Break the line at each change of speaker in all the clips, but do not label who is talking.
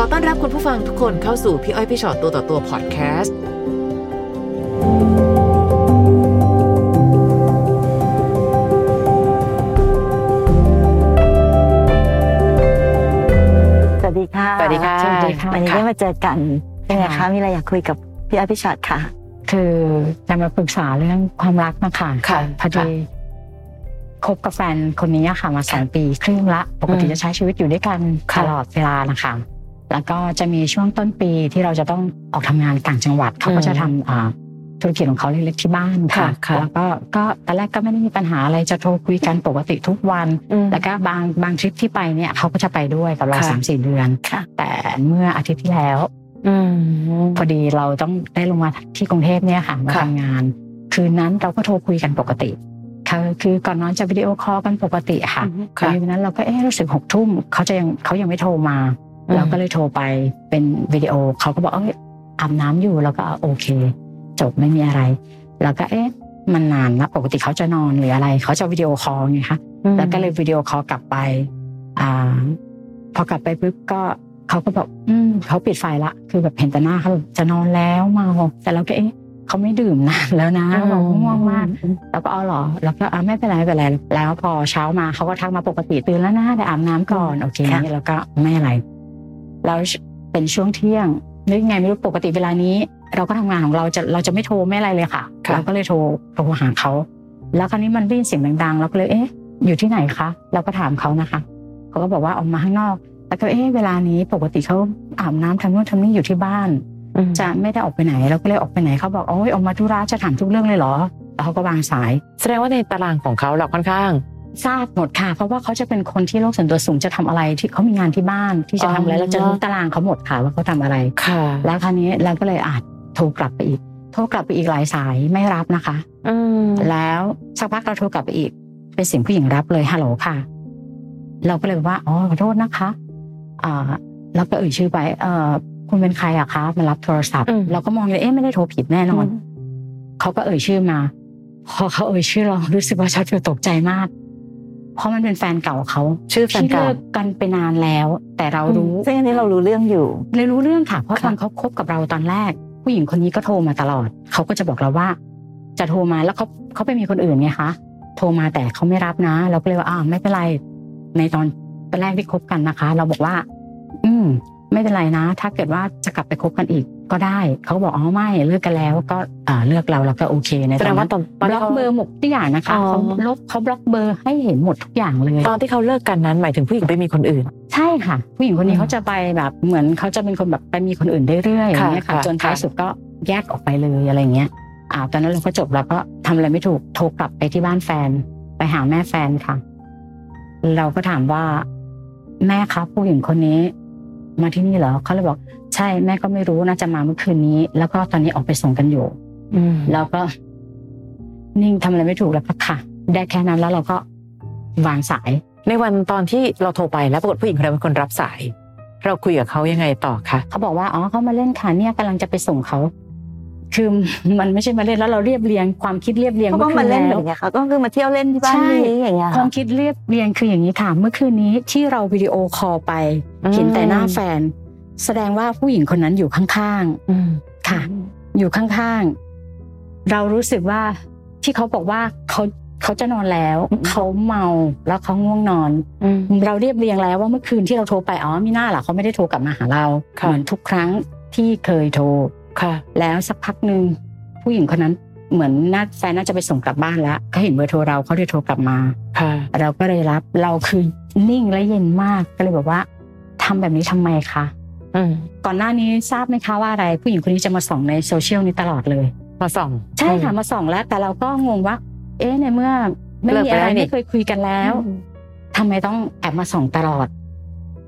อต้อนรับคุณผู้ฟังทุกคนเข้าสู่พี่อ้อยพี่ชอตตัวต่อตัวพอดแคสต์
สวัสดีค่ะ
สวัสดีค่ะ
สวัสดีค่ะ
วันนี้
ค่ะ
ได้มาเจอกันเป็นไงคะ
ค่ะ
มีอะไรอยากคุยกับพี่อ้อยพี่ชอตค่ะ
คือจะมาปรึกษาเรื่องความรักนะคะ
ค่ะ
พอดีคบกับแฟนคนนี้อะค่ะมาสองปีครึ่งละ ปกติ
อืม
จะใช้ชีวิตอยู่ด้วยกัน
ค่ะ
ตลอดเวลานะคะ แล้วก็จะมีช่วงต้นปีที่เราจะต้องออกทำงานต่างจังหวัดเขาก็จะทำอ่าธุรกิจของเขาเล็กๆที่บ้านค่ะ
ค่ะค่ะ
แล้วก็ก็ตอนแรกก็ไม่ได้มีปัญหาอะไรจะโทรคุยกันปกติทุกวัน แล้วก็บางบางทริปที่ไปเนี่ยเขาก็จะไปด้วยกับเรา
ค่ะ
สามสี่เดือน
ค่ะ
แต่เมื่ออาทิตย์ที่แล้ว
อืม
พอดีเราต้องได้ลงมาที่กรุงเทพเนี่ยค่ะมา
ค่ะ
ทำงาน คืนนั้นเราก็โทรคุยกันปกติค่ะคือก่อนนอนจะวิดีโอคอลกันปกติอะค่ะ
ค่ะ
คืนนั้นเราก็เอ๊ะรู้สึกหกทุ่มเขาจะยังเขายังไม่โทรมา
อืม
เราก็เลยโทรไปเป็นวิดีโอเขาก็บอกเอ้ยอาบน้ำอยู่แล้วก็โอเค จบไม่มีอะไร แล้วก็เอ๊ะมันนานนะปกติเขาจะนอนหรืออะไรเขาจะวิดีโอคอลไงคะ แล้วก็เลยวิดีโอคอลกลับไป อ่า พอกลับไปปุ๊บก็เขาก็บอกอืมเขาปิดไฟละ คือแบบเห็นแต่หน้าเขาจะนอนแล้วเมาแต่เราก็เอ๊ะเขาไม่ดื่มนานแล้วนะเราก็ง่วงมาก แล้วก็เอาเหรอ แล้วก็อ่าไม่เป็นไรไม่เป็นไร แล้วพอเช้ามาเขาก็ทักมาปกติตื่นแล้วนะแต่อาบน้ำก่อนโอเค
ค่ะ
แล้วก็ไม่อะไร แล้วเป็นช่วงเที่ยงนึกไงไม่รู้ปกติเวลานี้ เราก็ทำงานของเราจะเราจะไม่โทรไม่อะไรเลยค่ะ
ค่ะ
เราก็เลยโทรโทรหาเขาแล้วคราวนี้มันได้ยินเสียงดังๆเราก็เลยเอ๊ะ อยู่ที่ไหนคะเราก็ถามเขานะคะเขาก็บอกว่าออกมาข้างนอก แล้วก็เอ๊ะเวลานี้ปกติเขาอาบน้ำทำนู่นทำนี่อยู่ที่บ้าน จะไม่ได้ออกไปไหนเราก็เลยออกไปไหนเขาบอกโอ้ยออกมาธุระจะถามทุกเรื่องเลยเหรอแล้วเขาก็วางสาย
แสดงว่าในตารางของเขาเราค่อนข้าง
ทราบหมดค่ะ เพราะว่าเขาจะเป็นคนที่โลกส่วนตัวสูงจะทำอะไรที่เขามีงานที่บ้านที่จะทำอะไร
อ๋อ
เราจะรู้ตารางเขาหมดค่ะว่าเขาทำอะไร
ค่ะ
แล้วคราวนี้เราก็เลยอาจโทรกลับไปอีก โทรกลับไปอีกหลายสายไม่รับนะคะ
อืม
แล้วสักพักเราโทรกลับไปอีก เป็นเสียงผู้หญิงรับเลยฮัลโหลค่ะ เราก็เลยบอกว่าอ๋อขอโทษนะคะอ่าแล้วก็เอ่ยชื่อไปเออคุณเป็นใครอะคะมารับโทรศัพท์
อืม
เราก็มองเลยเอ๊ะไม่ได้โทรผิดแน่นอน เขาก็เอ่ยชื่อมา พอเขาเอ่ยชื่อเรารู้สึกว่าช็อตฟิวตกใจมาก เพราะมันเป็นแฟนเก่าเขา
ชื่อแฟน
ที่
เก่า
เลิกกันไปนานแล้ว แต่เรารู้
ซึ่งอันนี้เรารู้เรื่องอยู่
เลยรู้เรื่องค่ะเพราะ
ค่ะ
ตอนเขาคบกับเราตอนแรก ผู้หญิงคนนี้ก็โทรมาตลอด เขาก็จะบอกเราว่า จะโทรมาแล้วเขาเขาไปมีคนอื่นไงคะโทรมาแต่เขาไม่รับนะ เราก็เลยว่าอ้าวไม่เป็นไร ในตอนตอนแรกที่คบกันนะคะ เราบอกว่า อืม ไม่เป็นไรนะ ถ้าเกิดว่าจะกลับไปคบกันอีกก็ได้เขาบอกอ๋อไม่เลิกกันแล้ว ก็อ่าเลือกเราเราก็โอเคใน
แส
ต
ด
อน
ง
นั้
ว่าน ตอน
บ
ตน
ล็อก
ที่ขา
เบอร์หมดทุกอย่างนะคะ
อ๋อ
เขาลบเขาบล็อกเบอร์ให้เห็นหมดทุกอย่างเลย
ตอนที่เขาเลิกกันนั้นหมายถึงผู้หญิงไปมีคนอื่น
ใช่ค่ะ ผู้หญิงคน
อื
นี้
ม
เขาจะไปแบบเหมือนเขาจะเป็นคนแบบไปมีคนอื่นเรื่อยๆอย่างเงี้ยค่ะ
ค่ะ
จนท้าย
ค่ะ
สุดก็แยกออกไปเลยอะไรเงี้ยอ่าตอนนั้นเราก็จบแล้วก็ทำอะไรไม่ถูกโทรกลับไปที่บ้านแฟน ไปหาแม่แฟนค่ะ เราก็ถามว่า แม่ครับผู้หญิงคนนี้ มาที่นี่เหรอเขาเลยบอก ใช่แม่ก็ไม่รู้น่าจะมาเมื่อคืนนี้ แล้วก็ตอนนี้ออกไปส่งกันอยู่ แล้วก็ นิ่งทำอะไรไม่ถูกแล้วก็ค่ะ ได้แค่นั้นแล้วเราก็วางสาย
ในวันตอนที่เราโทรไปแล้วปรากฏผู้หญิงคนนั้นเป็นคนรับสาย เราคุยกับเขายังไงต่อคะ
เขาบอกว่าอ๋อเขามาเล่นค่ะเนี่ยกำลังจะไปส่งเขาคือ มันไม่ใช่มาเล่นแล้วเราเรียบเรียงความคิดเรียบเรียง
เขาก็
เมื่อ
มา
คืน
เล่นแบ
แล้ว
บเนี้ยค่ะก็คือมาเที่ยวเล่นที่บ้าน
ใช่
นี้อย่างเงี้ย
ความคิดเรียบเรียงคืออย่างนี้ค่ะเมื่อคืนนี้ที่เราวิดีโอคอลไป เห็นแต่หน้าแฟน แสดงว่าผู้หญิงคนนั้นอยู่ข้าง
อืม
ๆค่ะ อยู่ข้างๆ เรารู้สึกว่าที่เขาบอกว่าเขาเขาจะนอนแล้วเขาเมาแล้วเขาง่วงนอน เราเรียบเรียงแล้วว่าเมื่อคืนที่เราโทรไปอ๋อมีหน้าเหรอเขาไม่ได้โทรกลับมาหาเรา
ค่ะ
เหมือนทุกครั้งที่เคยโทร
ค่ะ
แล้วสักพักหนึ่งผู้หญิงคนนั้นเหมือนน่าแฟนน่าจะไปส่งกลับบ้านแล้วเขาเห็นเบอร์โทรเราเขาเลยโทรกลับมา
ค่ะ
เราก็เลยรับเราคือนิ่งและเย็นมากก็เลยบอกว่าทำแบบนี้ทำไมคะ
อืม
ก่อนหน้านี้ทราบไหมคะว่าอะไร ผู้หญิงคนนี้จะมาส่องในโซเชียลนี้ตลอดเลย
มาส่อง
ใช่ค่ะมาส่องแล้ว แต่เราก็งงว่า เอ๊ะในเมื่อไม่มีอะ
เลิกไป
ไร
แล้วนี่
ไม่เคยคุยกันแล้วทำไมต้องแอบมาส่องตลอด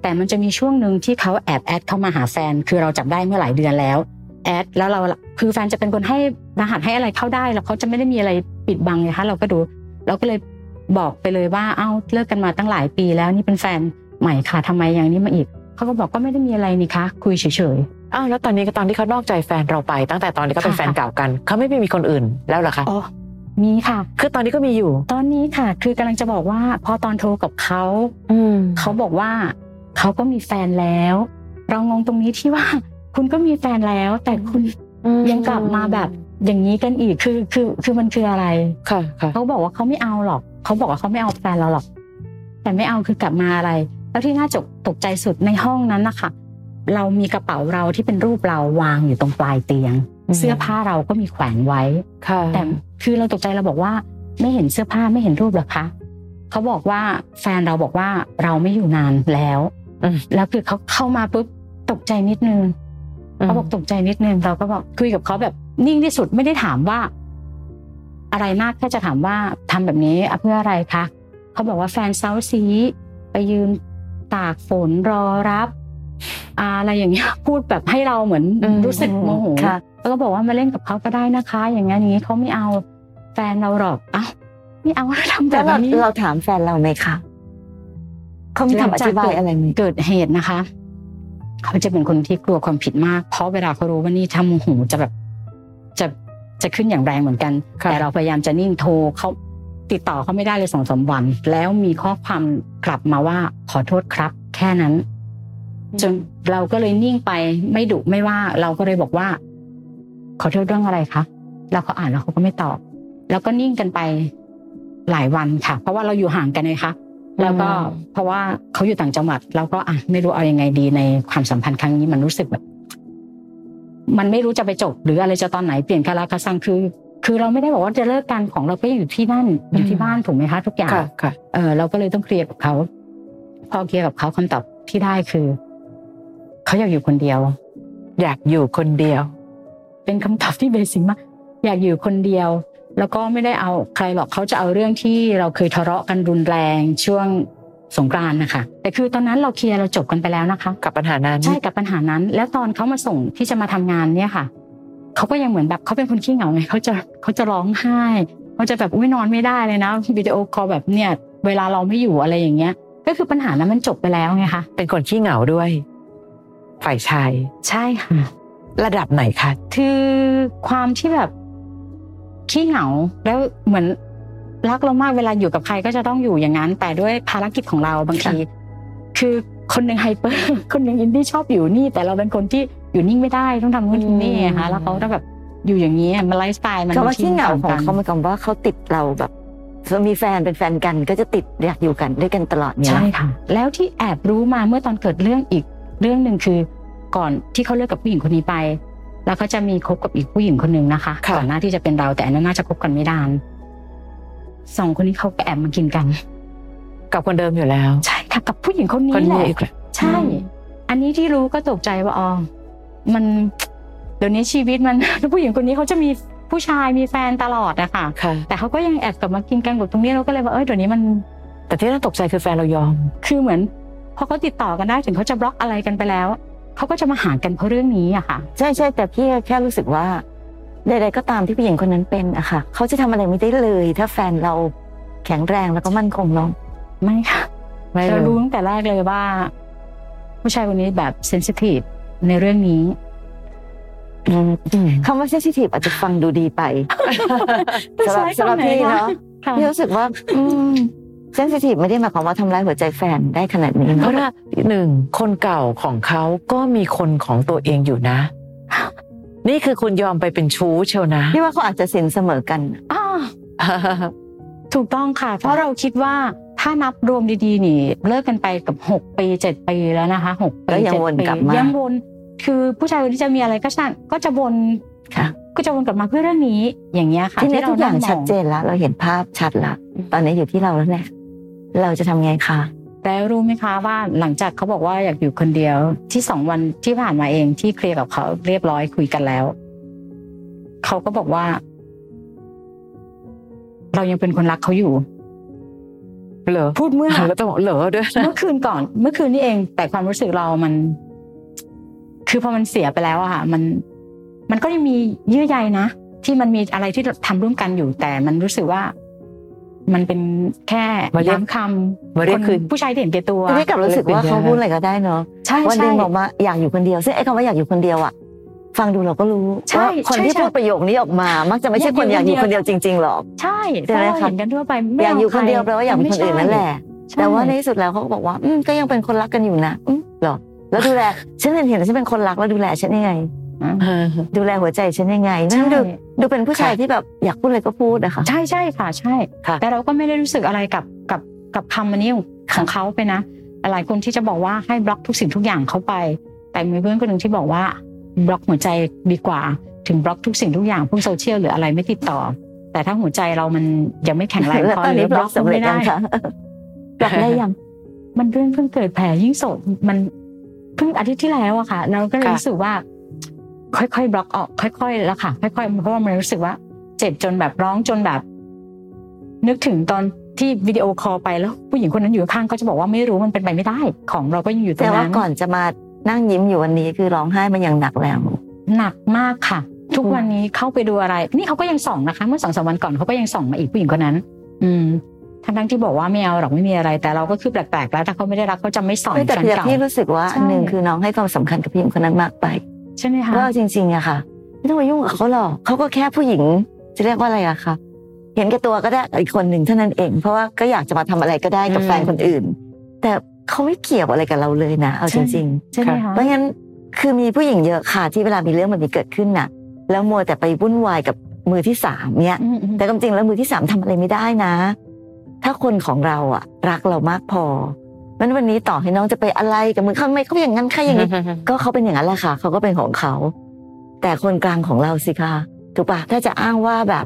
แต่มันจะมีช่วงหนึ่งที่เขาแอบแอดเข้ามาหาแฟน คือเราจับได้เมื่อหลายเดือนแล้วแอดแล้วเราคือแฟนจะเป็นคนให้รหัสให้อะไรเข้าได้ แล้วเขาจะไม่ได้มีอะไรปิดบังไงคะเราก็ดู เราก็เลยบอกไปเลยว่าเอ้าเลิกกันมาตั้งหลายปีแล้วนี่เป็นแฟนใหม่ค่ะทำไมอย่างนี้มาอีกเขาก็บอกก็ไม่ได้มีอะไรนี่คะ คุยเฉยๆ
อ้าวแล้วตอนนี้ก็ตอนที่เขานอกใจแฟนเราไป ตั้งแต่ตอนที่เขาเป็น
ค่ะ
แฟนเก่ากันเขาไม่ไปมีคนอื่นแล้วเหรอคะ
อ๋อมีค่ะ
คือตอนนี้ก็มีอยู่
ตอนนี้ค่ะ คือกำลังจะบอกว่าพอตอนโทรกับเขา
อืม
เขาบอกว่าเขาก็มีแฟนแล้ว เรางงตรงนี้ที่ว่า คุณก็มีแฟนแล้ว แต่คุณยังกลับมาแบบอย่างนี้กันอีกคือคือคือมันคืออะไร
ค่ะค่ะ
เขาบอกว่าเขาไม่เอาหรอก เขาบอกว่าเขาไม่เอาแฟนเราหรอก แต่ไม่เอาคือกลับมาอะไร แล้วที่น่าจกตกใจสุดในห้องนั้นนะคะ เรามีกระเป๋าเราที่เป็นรูปเราวางอยู่ตรงปลายเตียง เสื้อผ้าเราก็มีแขวนไว้
ค่ะ
แต่คือเราตกใจเราบอกว่า ไม่เห็นเสื้อผ้าไม่เห็นรูปเหรอคะ เขาบอกว่าแฟนเราบอกว่าเราไม่อยู่นานแล้ว
อืม
แล้วคือเขาเข้ามาปุ๊บตกใจนิดนึง เขาบอกตกใจนิดนึงเราก็บอกคุยกับเขาแบบนิ่งที่สุดไม่ได้ถามว่า อะไรมากแค่จะถามว่าทำแบบนี้เอาเพื่ออะไรคะเขาบอกว่าแฟนเซาซีไปยืนตากฝนรอรับอ่าอะไรอย่างเงี้ย พูดแบบให้เราเหมือน
อืม
รู้สึกโมโห
ค่ะ
แล้วก็บอกว่ามาเล่นกับเขาก็ได้นะคะ อย่างงั้นอย่างนี้เขาไม่เอาแฟนเราหรอกเอ้าไม่เอาแล้วทำแบ
แล้ว
บ
เรา
นี้
เราถามแฟนเราไหมคะเขามีคำอธิบายอะไรไหม
เกิดเหตุนะคะ เขาจะเป็นคนที่กลัวความผิดมาก เพราะเวลาเขารู้ว่านี่ทำโมโหจะแบบจะจะขึ้นอย่างแรงเหมือนกัน
ค่ะ
แต่เราพยายามจะนิ่งโทรเขาติดต่อเขาไม่ได้เลยสองสามวัน แล้วมีข้อความกลับมาว่าขอโทษครับ แค่นั้น จนเราก็เลยนิ่งไปไม่ดุไม่ว่า เราก็เลยบอกว่า ขอโทษเรื่องอะไรคะแล้วเขาอ่านแล้วเขาก็ไม่ตอบ แล้วก็นิ่งกันไปหลายวันค่ะ เพราะว่าเราอยู่ห่างกันนะคะ แล้วก็
อืม
เพราะว่าเขาอยู่ต่างจังหวัด เราก็อ่ะไม่รู้เอายังไงดีในความสัมพันธ์ครั้งนี้มันรู้สึกแบบ มันไม่รู้จะไปจบ หรืออะไรจะตอนไหนเปลี่ยนคาราคาซังคือ คือเราไม่ได้บอกว่าจะเลิกกันของเราก็อยู่ที่นั่นอยู่ที่บ้านถูกไหมคะทุกอย่าง
ค่ะค่ะ
เออเราก็เลยต้องเคลียร์กับเขาพอเคลียร์กับเขาคำตอบที่ได้คือเขาอยากอยู่คนเดียว
อยากอยู่คนเดียว
เป็นคำตอบที่เบสิกมากอยากอยู่คนเดียว แล้วก็ไม่ได้เอาใครหรอกเขาจะเอาเรื่องที่เราเคยทะเลาะกันรุนแรงช่วงสงกรานต์นะคะแต่คือตอนนั้นเราเคลียร์เราจบกันไปแล้วนะคะ
กับปัญหานั้น
ใช่กับปัญหานั้น แล้วตอนเขามาส่งที่จะมาทำงานเนี่ยค่ะเขาก็ยังเหมือนแบบเขาเป็นคนขี้เหงาไงเขาจะเขาจะร้องไห้เขาจะแบบอุ้ยนอนไม่ได้เลยนะวิดีโอคอลแบบเนี่ย เวลาเราไม่อยู่อะไรอย่างเงี้ย ก็คือปัญหานั้นมันจบไปแล้วไงคะ
เป็นคนขี้เหงาด้วย ฝ่ายชาย
ใช่ค่ะ
ระดับไหนคะ
คือความที่แบบขี้เหงาแล้วเหมือนรักเรามากเวลาอยู่กับใครก็จะต้องอยู่อย่างนั้น แต่ด้วยภารกิจของเราบางที คือคนหนึ่งไฮเปอร์ คนหนึ่งอินดี้ชอบอยู่นี่ แต่เราเป็นคนที่อยู่นิ่งไม่ได้ต้องทำนู่นทำนี่ไงคะแล้วเขาต้องแบบอยู่อย่างนี้อะมันไลฟ์สไตล์มัน
คำว่าที่เหงาของ
ต่กั
เขาหมายความว่าเขาติดเราแบบมีแฟนเป็นแฟนกันก็จะติดอยากอยู่กันด้วยกันตลอดเนี่ย
ใช่ค่ะ แล้วที่แอบรู้มาเมื่อตอนเกิดเรื่องอีกเรื่องหนึ่งคือ ก่อนที่เขาเลิกกับผู้หญิงคนนี้ไป แล้วเขาจะมีคบกับอีกผู้หญิงคนหนึ่งนะคะก่อนหน้าที่จะเป็นเราแต่อันนั้นน่าจะคบกันไม่นานสองคนนี้เขาก็แอบมากินกัน
กับคนเดิมอยู่แล้ว
ใช่ค่ะกับผู้หญิงคนนี้
คน
แห
เดียว
ละ
อีกแล้ว
ใช่
อืม
อันนี้ที่รู้ก็ตกใจว่าอ๋อ มันเดี๋ยวนี้ชีวิตมัน ผู้หญิงคนนี้เขาจะมีผู้ชายมีแฟนตลอดอะค่ะ
ค่ะ
แต่เขาก็ยังแอบกลับมากินกันกับตรงนี้เราก็เลยว่าเอ้ยเดี๋ยวนี้มัน
แต่ที่น่าตกใจคือแฟนเรายอม
คือเหมือนพอเขาติดต่อกันได้ถึงเขาจะบล็อกอะไรกันไปแล้วเขาก็จะมาหากันเพราะเรื่องนี้อะค่ะ
ใช่ใช่แต่พี่แค่รู้สึกว่าใดๆก็ตามที่ผู้หญิงคนนั้นเป็นอะค่ะเขาจะทำอะไรไม่ได้เลย ถ้าแฟนเราแข็งแรงแล้วก็มั่นคงเนาะ
ไม่ค่ะ
ไม่
เรา
รู้
รู้ตั้งแต่แรกเลยว่า ผู้ชายคนนี้แบบเซนซิทีฟในเรื่องนี้
คำว่า sensitive อาจจะฟังดูดีไป สำหรับสำหรับพี่เนาะ
ค่ะ
พี่รู้สึกว่า อืม sensitive ไม่ได้หมายความว่าทำร้ายหัวใจแฟนได้ขนาดนี้
เพ
เน
ราะ
อะ
ว่าหนึ่งคนเก่าของเขาก็มีคนของตัวเองอยู่นะ นี่คือคุณยอมไปเป็นชู้เชียวนะ
พี่ว่าเขาอาจจะสินเสมอกัน
อ้าวถูกต้องค่ะ เพราะเราคิดว่าถ้านับรวมดีๆ นี่ เลิกกันไปกับหกปีเจ็ดปีแล้วนะคะหกปี
ก็ยัง
เจ็ด
วน
ปี
กลับมายั
ยังวนคือผู้ชายคนที่จะมีอะไรก็ช่างก็จะวน
ค่ะ
ก็จะวนกลับมาเพื่อเรื่องนี้อย่างเงี้ยค่ะ
ทีนี้ทุกอย่าง
ร
ชัดเจนแล้ว เราเห็นภาพชัดละตอนนี้อยู่ที่เราแล้วแหละเราจะทำไงคะ
แล้วรู้ไหมคะว่าหลังจากเขาบอกว่าอยากอยู่คนเดียวที่สองวันที่ผ่านมาเองที่เคลียร์กับเขาเรียบร้อยคุยกันแล้วเขาก็บอกว่า เรายังเป็นคนรักเขาอยู่
เหรอ
พูดเมื่อ
แล้วต้องบอกเหรอด้วยนะ
เมื่อคืนก่อนเมื่อคืนนี่เองแต่ความรู้สึกเรามัน คือพอมันเสียไปแล้วอะค่ะ มัน มันก็ยังมีเยื่อใยนะที่มันมีอะไรที่ทำร่วมกันอยู่แต่มันรู้สึกว่า มันเป็นแค่ย้ำคำ
มาเรียกคืน
ผู้ชายที่เห็นแก่ตัว
ทีนี้กลับรู้สึกว่าเขาพูดอะไรก็ได้เนาะ
ใช่
วันห
ใช่
นึงบอกว่าอยากอยู่คนเดียวซึ่งไอ้คำว่าอยากอยู่คนเดียวอะฟังดูเราก็รู้
ใช่
ว่าคน
ใช่
ที่
ใช่
พูดประโยคนี้ออกมา มักจะไม่ใช่คน
อ
อาย
ยาก
อ
กอยู่
ยู่ค
คน นเดี
เดีย
ยว ว
จริง ๆ หรอก
ใช่
เดี๋ยว
เพ
นะ
ราะเรา
คะ
เห็นกันทั่วไป
อ
ไม่
ยากอยู่คนเดียวแปลว่าอยากมี
ไม่
คนอื่นนั่นแหละ
ใช่
แต่ว่าในที่สุดแล้วเขาก็บอกว่า อืมก็ยังเป็นคนรักกันอยู่นะอืมเหรอ แล้วดูแล ฉันเห็นเห็นแล้วฉันเป็นคนรักแล้วดูแลฉันยังไง ดูแลหัวใจฉันยังไงนั่นดูดูเป็นผู้ชายที่แบบอยากพูดอะไรก็พูดนะคะ
ใช่ใช่ค่ะใช่
ค่ะ
แต่เราก็ไม่ได้รู้สึกอะไรกับกับกับคำอันนี้ของเขาไปนะหลายคนที่จะบอกว่าให้บล็อกทุกสิ่งทุกอย่างเขาไป แต่มีเพื่อนคนหนึ่งที่บอกว่าบล็อกหัวใจดีกว่าถึงบล็อกทุกสิ่งทุกอย่างพวกโซเชียลหรืออะไรไม่ติดต่อ แต่ถ้าหัวใจเรามันยังไม่แข็งแรง
แล้ว
พอ
ตอน
หรื
นี้
อบ บ
ล็อ
ล็อก ก
สำ
ไม่
เร็จ
ได้
ยังคะบล็อกได้ยัง
มันเรื่องเพิ่งเกิดแผลยิ่งโสดมันเพิ่งอาทิตย์ที่แล้วอะค่ะ เราก็เลย
ค่ะ
รู้สึกว่า ค่อยๆบล็อกออก ค่อยๆแล้วค่ะ ค่อยๆเพราะว่ามันรู้สึกว่า เจ็บจนแบบร้องจนแบบ นึกถึงตอนที่วิดีโอคอลไปแล้ว ผู้หญิงคนนั้นอยู่ข้างก็จะบอกว่าไม่รู้มันเป็นไปไม่ได้ ของเราก็ยังอยู่ตร
แต่
ง
ว่า
นั้น
ก่อนจะมานั่งยิ้มอยู่วันนี้คือร้องไห้มันอย่างหนักแล้ว
หนักมากค่ะ ทุกวันนี้เข้าไปดูอะไร นี่เขาก็ยังส่องนะคะ เมื่อสองสามวันก่อนเขาก็ยังส่องมาอีกผู้หญิงคนนั้น อืมทั้งทั้งๆที่บอกว่าไม่เอาหรอกไม่มีอะไร แต่เราก็คือแปลกๆแล้วถ้าเขาไม่ได้รักเขาจะไม่ส่อง
แต่
แฟน
เพียง
เก่า
พี่รู้สึกว่า
ใช่
อันหนึ่งคือน้องให้ความสำคัญกับผู้หญิงคนนั้นมากไป
ใช่ไหมคะ
ก็จริงๆอะค่ะไม่ต้องไปยุ่งกับเขาหรอกเขาก็แค่ผู้หญิงจะเรียกว่าอะไรอะคะเห็นแก่ตัวก็ได้กับอีกคนหนึ่งเท่านั้นเอง เพราะว่าก็อยากจะมาทำอะไรก็ได้กับ
อืม
แฟนคนอื่น แต่เขาไม่เกี่ยวอะไรกับเราเลยนะเอาจริง ๆ
ใช่ไหมคะ
เพราะงั้นคือมีผู้หญิงเยอะค่ะที่เวลามีเรื่องแบบนี้เกิดขึ้นน่ะ แล้วมัวแต่ไปวุ่นวายกับมือที่สามเนี่ย
อืมอืม
แต่ความจริงแล้วมือที่สามทำอะไรไม่ได้นะ ถ้าคนของเราอะรักเรามากพอมันวันนี้ต่อให้น้องจะไปอะไรกับมือเขาไม่เขาอย่างนั้นใครอย่างนี้ ก็เขาเป็นอย่างนั้นแหละค่ะเขาก็เป็นของเขา แต่คนกลางของเราสิคะถูกปะถ้าจะอ้างว่าแบบ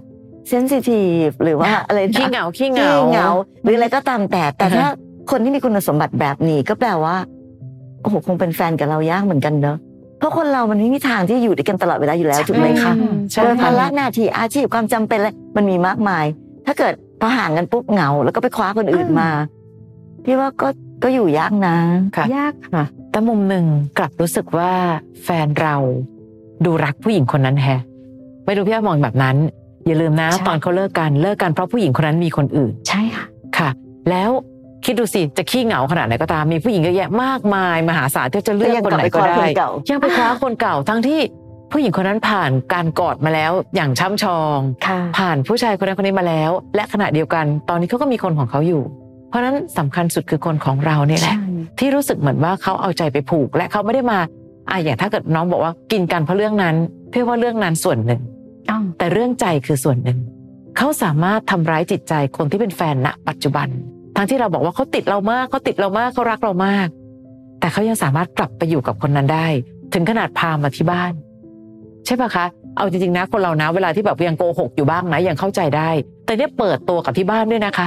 เซนซิทีฟหรือว่าอะไรนะ
ขี้เหงาขี้เหงา
ขี้เหงาหรืออะไรก็ตามแต่ แต่
อ่าฮะ
ถ้าคนที่มีคุณสมบัติแบบนี้ก็แปลว่าโอ้โหคงเป็นแฟนกับเรายากเหมือนกันเนอะเพราะคนเรามันไม่มีทางที่อยู่ด้วยกันตลอดเวลาอยู่แล้วถูกไหมคะ
อืมใช่
โดยภา
ค่ะ
ระหน้าที่อาชีพความจำเป็นอะไรมันมีมากมาย ถ้าเกิดพอห่างกันปุ๊บเหงา แล้วก็ไปคว้าคนอื่นมาพี่ว่าก็ก็อยู่ยากนะ
ค่ะ
ยากค่ะ
แต่มุมหนึ่งกลับรู้สึกว่าแฟนเราดูรักผู้หญิงคนนั้นแฮะ ไม่รู้พี่อ้อยมองแบบนั้น อย่าลืมนะ
ใช่
ตอนเขาเลิกกันเลิกกันเพราะผู้หญิงคนนั้นมีคนอื่น
ใช่ค่ะ
ค่ะ แล้วคิดดูสิจะขี้เหงาขนาดไหนก็ตามมีผู้หญิงเยอะแยะมากมายมหาศาลที่จะเลื
ก็
อก
ยัง
คน
กลับ
ไหน
ไปค
ก็
ว้าค
ได้
นเก่า
ยังไปคว้าคนเก่าทั้งที่ผู้หญิงคนนั้นผ่านการกอดมาแล้วอย่างช่ำชอง
ค่ะ
ผ่านผู้ชายคนนั้นคนนี้มาแล้ว และขณะเดียวกัน ตอนนี้เขาก็มีคนของเขาอยู่ เพราะฉะนั้นสำคัญสุดคือคนของเราเนี่ยแหละ
ใช่
ที่รู้สึกเหมือนว่าเขาเอาใจไปผูก และเขาไม่ได้มาอ่ะอย่างถ้าเกิดน้องบอกว่ากินกันเพราะเรื่องนั้น เพื่อว่าเรื่องนั้นส่วนหนึ่ง
ต้อง
แต่เรื่องใจคือส่วนหนึ่ง เขาสามารถทำร้ายจิตใจคนที่เป็นแฟนณปัจจุบัน ทั้งที่เราบอกว่าเขาติดเรามากเขาติดเรามากเขารักเรามาก แต่เขายังสามารถกลับไปอยู่กับคนนั้นได้ ถึงขนาดพามาที่บ้าน ใช่ปะคะ เอาจริงๆนะคนเรานะ เวลาที่แบบยังโกหกอยู่บ้างนะยังเข้าใจได้ แต่เนี่ยเปิดตัวกับที่บ้านด้วยนะคะ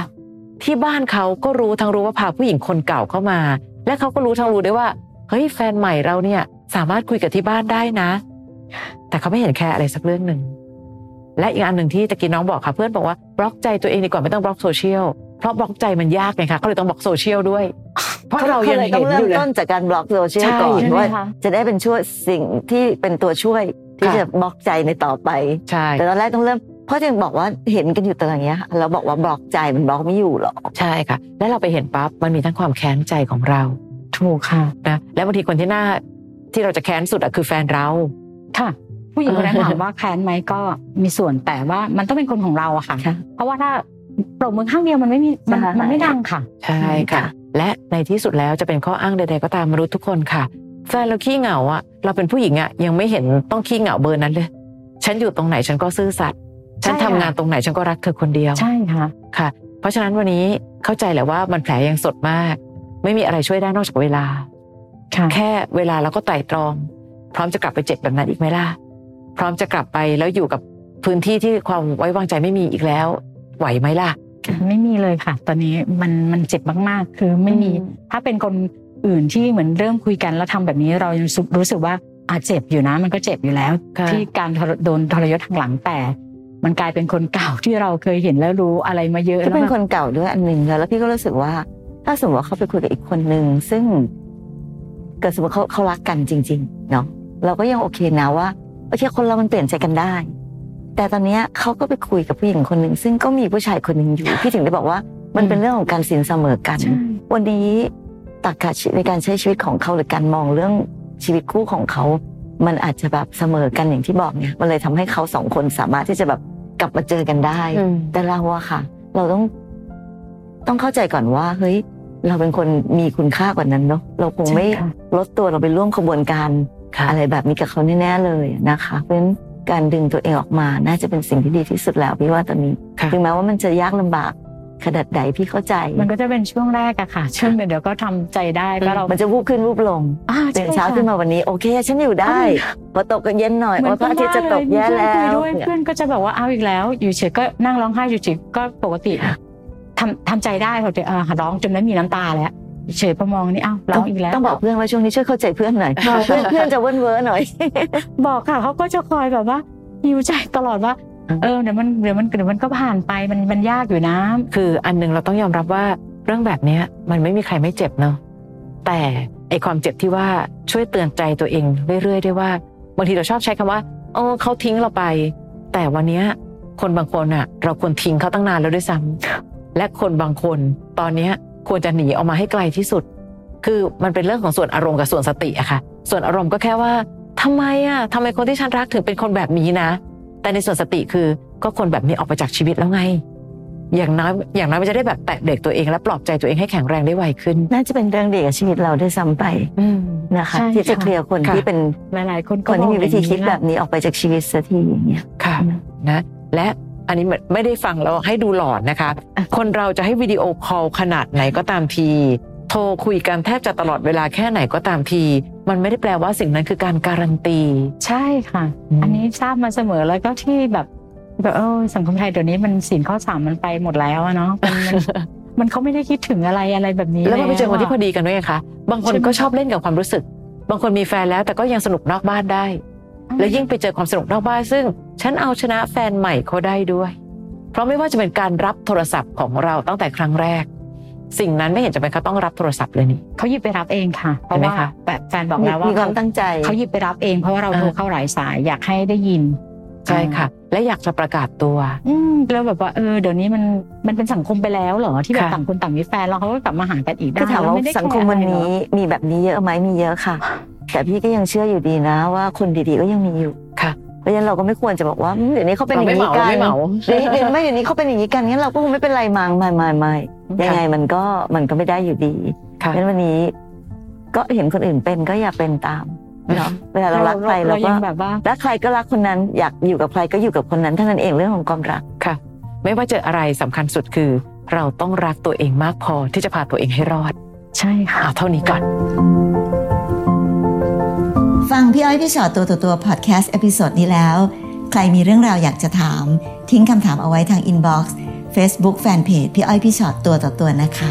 ที่บ้านเขาก็รู้ทั้งรู้ว่าพาผู้หญิงคนเก่าเข้ามา และเขาก็รู้ทั้งรู้ได้วยว่าเฮ้ยแฟนใหม่เราเนี่ยสามารถคุยกับที่บ้านได้นะ แต่เขาไม่เห็นแคร์อะไรสักเรื่องหนึ่ง และอีกอันหนึ่งที่ตะกี้น้องบอกค่ะเพื่อนบอกว่าบล็อกใจตัวเองดีกว่าไม่ต้องบล็อกโซเชียลเพราะบล็อกใจมันยากไงคะก็เลยต้องบล็อกโซเชียลด้วย เพราะเรายัง
ล
เห็น
ต้องเริ่
อ
ม
ยู่เลย
ต้นจากการบล็อกโซเชียล
ใช่
ก่อน
ใช่ไหม
ว่า
คะ
จะได้เป็นช่วยสิ่งที่เป็นตัวช่วยที่
ค่ะ
จะบล็อกใจในต่อไป
ใช่
แต่ตอนแรกต้องเริ่มเพราะยังบอกว่าเห็นกันอยู่ตลอดอย่างเงี้ยค่ะเราบอกว่าบล็อกใจมันบล็อกไม่อยู่หรอก
ใช่ค่ะ และเราไปเห็นปั๊บมันมีทั้งความแค้นใจของเรา
ถูกค่ะ
นะและบางทีคนที่หน้าที่เราจะแค้นสุดอะคือแฟนเรา
ค่ะ ผู้หญิงคนนั้นถามว่าแค้นไหมก็มีส่วนแต่ว่ามันต้องเป็นคนของเราอะค่ะ
ค่ะ
เพราะว่าถ้าปรบมือข้างเดียวมันไม่มีมัน
ใช่
มันไม่ดังค่ะ
ใช่ค่ะ
ค่ะ
และในที่สุดแล้วจะเป็นข้ออ้างใดๆก็ตามมนุษย์ทุกคนค่ะ แฟนเราขี้เหงาอะเราเป็นผู้หญิงอะยังไม่เห็นต้องขี้เหงาเบอร์นั้นเลย ฉันอยู่ตรงไหนฉันก็ซื่อสัตย์ฉัน
ใช่
ทำ
ค่ะ
งานตรงไหนฉันก็รักเธอคนเดียว
ใช่ค่ะ
ค่ะ เพราะฉะนั้นวันนี้เข้าใจแหละว่ามันแผลยังสดมาก ไม่มีอะไรช่วยได้นอกจากเวลา
ค่ะ
แค่เวลาเราก็ไตร่ตรอง พร้อมจะกลับไปเจ็บแบบนั้นอีกไหมล่ะ พร้อมจะกลับไปแล้วอยู่กับพื้นที่ที่ความไว้วางใจไม่มีอีกแล้ว ไหวไหมล่ะ
ไม่มีเลยค่ะ ตอนนี้มันมันเจ็บมากๆ คือไม่มี
อืม
ถ้าเป็นคนอื่นที่เหมือนเริ่มคุยกันแล้วทำแบบนี้เรายังรู้สึกรู้สึกว่าอาเจ็บอยู่นะ มันก็เจ็บอยู่แล้ว
ค่ะ
ที่การทรโดนทรยศทางหลังแต่ มันกลายเป็นคนเก่าที่เราเคยเห็นแล้วรู้อะไรมาเยอะ
ก็
แล้ว
เป็น
มัน
คนเก่าด้วยอันหนึ่งแล้วแล้วพี่ก็รู้สึกว่า ถ้าสมมติว่าเขาไปคุยกับอีกคนหนึ่งซึ่งเกิดสมมติเขาเขารักกันจริง ๆ เนาะเราก็ยังโอเคนะว่าโอเคคนเรามันเปลี่ยนใจกันได้ แต่ตอนเนี้ยเขาก็ไปคุยกับผู้หญิงคนหนึ่งซึ่งก็มีผู้ชายคนหนึ่งอยู่พี่ถึงได้บอกว่า มันเป็นเรื่องของการสินเสมอกัน
ใช่
วันนี้ตรรกะในการใช้ชีวิตของเขาหรือการมองเรื่องชีวิตคู่ของเขา มันอาจจะแบบเสมอกันอย่างที่บอกเนี่ยมันเลยทำให้เขาสองคนสามารถที่จะแบบกลับมาเจอกันได้ แต่เราอะค่ะ เราต้อง ต้องเข้าใจก่อนว่า เฮ้ย เราเป็นคนมีคุณค่ากว่านั้นเนาะเราคงไม่
ใช่ค่ะ
ลดตัวเราไปร่วมขบวนการ
ค่ะ
อะไรแบบนี้กับเขาแน่ๆเลยนะคะ เพราะฉะนั้นการดึงตัวเองออกมาน่าจะเป็นสิ่งที่ดีที่สุดแล้วพี่ว่าตอนนี้
ค่ะ
ถึงแม้ว่ามันจะยากลำบากขนาดใดพี่เข้าใจ
มันก็จะเป็นช่วงแรกอะค่ะ ช่วงเดี๋ยวก็ทำใจได้ก็เรา
มันจะวูบขึ้นวูบลง
อ่า
ตื่
ใช่
นเช้า
ค่ะ
ขึ้นมาวันนี้โอเค ฉันอยู่ได้พอตกก็เย็นหน่อย
เหมื
โอ้
อย น
พระอาทิตย์จะตกแย่แล้
เพื่
ว
อนคุยด้วยเพื่อนก็จะแบบว่าเอาอีกแล้ว อยู่เฉยก็นั่งร้องไห้อยู่เฉยก็ปกติทำทำใจได้ปกติเออร้องจนไม่มีน้ำตาแล้วอยู่เฉยพอมองนี่อ้าวร้องอีกแล้ว
ต้องบอกเพื่อนว่าช่วงนี้ช่วยเข้าใจเพื่อนหน่อย
บอก
เพื่อนเพื่อนจะเว้นเว้อหน่อย
บอกค่ะเขาก็จะคอยแบบว่าหิวใจตลอดว่า
อืม
เออเดี๋ยวมันเดี๋ยวมันเดี๋ยวมันก็ผ่านไปมันมันยากอยู่นะ
คืออันหนึงเราต้องยอมรับว่าเรื่องแบบเนี้ยมันไม่มีใครไม่เจ็บเนาะแต่ไอความเจ็บที่ว่าช่วยเตือนใจตัวเองเรื่อยๆด้วยว่าบางทีเราชอบใช้คำว่าโอ้เขาทิ้งเราไป แต่วันเนี้ยคนบางคนอะเราควรทิ้งเขาตั้งนานแล้วด้วยซ้ำและคนบางคนตอนเนี้ยควรจะหนีออกมาให้ไกลที่สุด คือมันเป็นเรื่องของส่วนอารมณ์กับส่วนสติอะค่ะ ส่วนอารมณ์ก็แค่ว่าทำไมอะทำไมคนที่ฉันรักถึงเป็นคนแบบนี้นะ แต่ในส่วนสติคือก็คนแบบนี้ออกไปจากชีวิตแล้วไง อย่างน้อยอย่างน้อยมันจะได้แบบแตะเด็กตัวเองและปลอบใจตัวเองให้แข็งแรงได้ไวขึ้น
น่าจะเป็นเรื่องเดียวกับชีวิตเราด้วยซ้ำไปนะคะ
ใช่
ที่จะ
ค่ะ
เคลียร์คน
ค่ะ
ที่เป็น
หลายๆ คน
คนที่มีวิธีคิด
ก็อกอย่างนี้
แบบนี้ออกไปจากชีวิตสักทีอย่างเงี้ย
ค่ะนะ และอันนี้ไม่ได้ฟังแล้วให้ดูหลอนนะคะ
อ่ะ
คนเราจะให้วิดีโอคอลขนาดไหนก็ตามที โทรคุยกันแทบจะตลอดเวลาแค่ไหนก็ตามที มันไม่ได้แปลว่าสิ่งนั้นคือการการันตี
ใช่ค่ะ อันนี้ทราบมาเสมอแล้วก็ที่แบบแบบเออสังคมไทยเดี๋ยวนี้มันสินข้อสามมันไปหมดแล้วอะเนาะมันมันมันเขาไม่ได้คิดถึงอะไรอะไรแบบนี้
แล้วมันไปเจอคนที่
ะ
พอดีกันด้วยไงคะ บางคน
ใช่ไหม
ก็ชอบเล่นกับความรู้สึก บางคนมีแฟนแล้วแต่ก็ยังสนุกนอกบ้านได้ และยิ่งไปเจอความสนุกนอกบ้านซึ่ง ฉันเอาชนะแฟนใหม่เขาได้ด้วย เพราะไม่ว่าจะเป็นการรับโทรศัพท์ของเราตั้งแต่ครั้งแรก สิ่งนั้นไม่เห็นจะเป็นเขาต้องรับโทรศัพท์เลยนี่
เขาหยิบไปรับเองค่ะ เพ
เห็น
ราะว่า
ไหมคะ
แบบแฟนบอกแล้วว่า
มีความตั้งใจ
เขาหยิบไปรับเองเพราะว่าเรา
อ่า
โทรเข้าหลายสายอยากให้ได้ยิน
ใช่ค่ะ และอยากจะประกาศตัว
อืมแล้วแบบว่าเออเดี๋ยวนี้มันมันเป็นสังคมไปแล้วเหรอที่แบบ
ค่ะ
ต่างคนต่างมีแฟนแล้วเขาก็กลับมาหากันอีกได้
คือถามว่า
แล้ไได้
สังคมวัน
แร์อะไรหรอ
นี้มีแบบนี้เยอะไหมมีเยอะค่ะ แต่พี่ก็ยังเชื่ออยู่ดีนะ ว่าคนดีๆก็ยังมีอยู่
ค่ะ
เพราะฉะนั้นเราก็ไม่ควรจะบอกว่าอืมเดี๋ยวนี้เขาเป็นอย่างนี้
ร
กัน
ไม่เหมา
เดี๋ยวนี้ เดี๋ยวไม่เดี๋ยวนี้เขาเป็นอย่างนี้กันงั้นเราก็คงไม่เป็นไรมั้งไม่ไม่ไม่
เรา
ยั
ไม่เห
งไง
มา
มันก็มันก็ไม่ได้อยู่ดีเพ
ค่ะ
ราะฉะนั้นวันนี้ ก็เห็นคนอื่นเป็นก็อย่าเป็นตามเนาะเวลาเรารักใครเรา
เรา
ก็
ยังแบบว่า
รักใครก็รักคนนั้น อยากอยู่กับใครก็อยู่กับคนนั้นเท่านั้นเองเรื่องของความรัก
ค่ะ ไม่ว่าเจออะไรสำคัญสุดคือ เราต้องรักตัวเองมากพอที่จะพาตัวเองให้รอด
ใช่ค่ะ
เอาเท่านี้ก่อน
ฟังพี่อ้อยพี่ชอตตัวต่อตัวพอดแคสต์เอพิโซดนี้แล้ว ใครมีเรื่องราวอยากจะถาม ทิ้งคำถามเอาไว้ทางอินบ็อกซ์เฟซบุ๊กแฟนเพจพี่อ้อยพี่ชอตตัวต่อตัวนะคะ